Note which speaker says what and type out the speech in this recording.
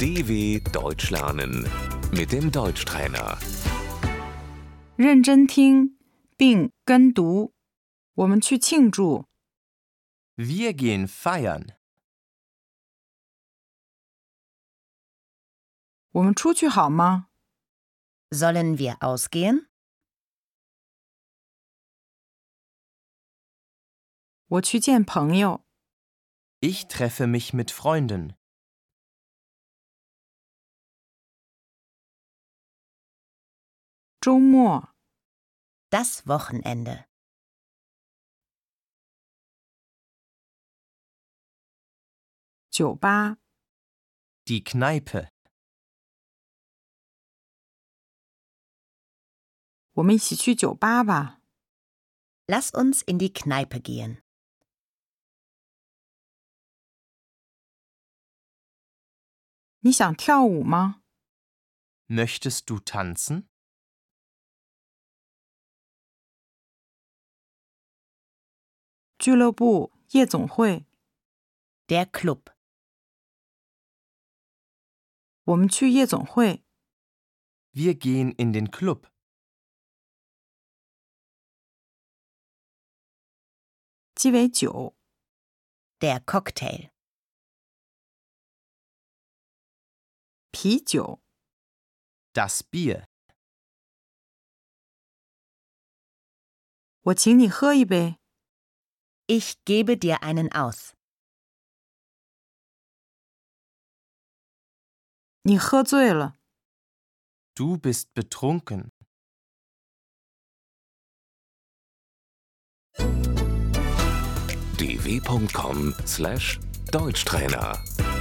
Speaker 1: DW Deutsch lernen mit dem Deutschtrainer.
Speaker 2: 认真听并跟读。我们去庆祝，
Speaker 3: Wir gehen feiern.
Speaker 2: 我们出去好吗？
Speaker 4: Sollen wir ausgehen?
Speaker 2: 我去见朋友，
Speaker 3: Ich treffe mich mit Freunden.
Speaker 2: 周末
Speaker 4: Das Wochenende.
Speaker 2: 酒吧，
Speaker 3: Die Kneipe.
Speaker 2: 我们一起去酒吧吧。
Speaker 4: Lass uns in die Kneipe gehen.
Speaker 2: 你想跳舞吗？
Speaker 3: Möchtest du tanzen?
Speaker 2: 俱乐部、夜总会，
Speaker 4: Der Club.
Speaker 2: 我们去夜总会。
Speaker 3: Wir gehen in den Club.
Speaker 2: 鸡尾酒，
Speaker 4: Der Cocktail.
Speaker 2: 啤酒，
Speaker 3: Das Bier.
Speaker 2: 我请你喝一杯。
Speaker 4: Ich gebe dir einen aus.
Speaker 2: 你喝醉了，
Speaker 3: Du bist betrunken.
Speaker 1: dw.com/deutschtrainer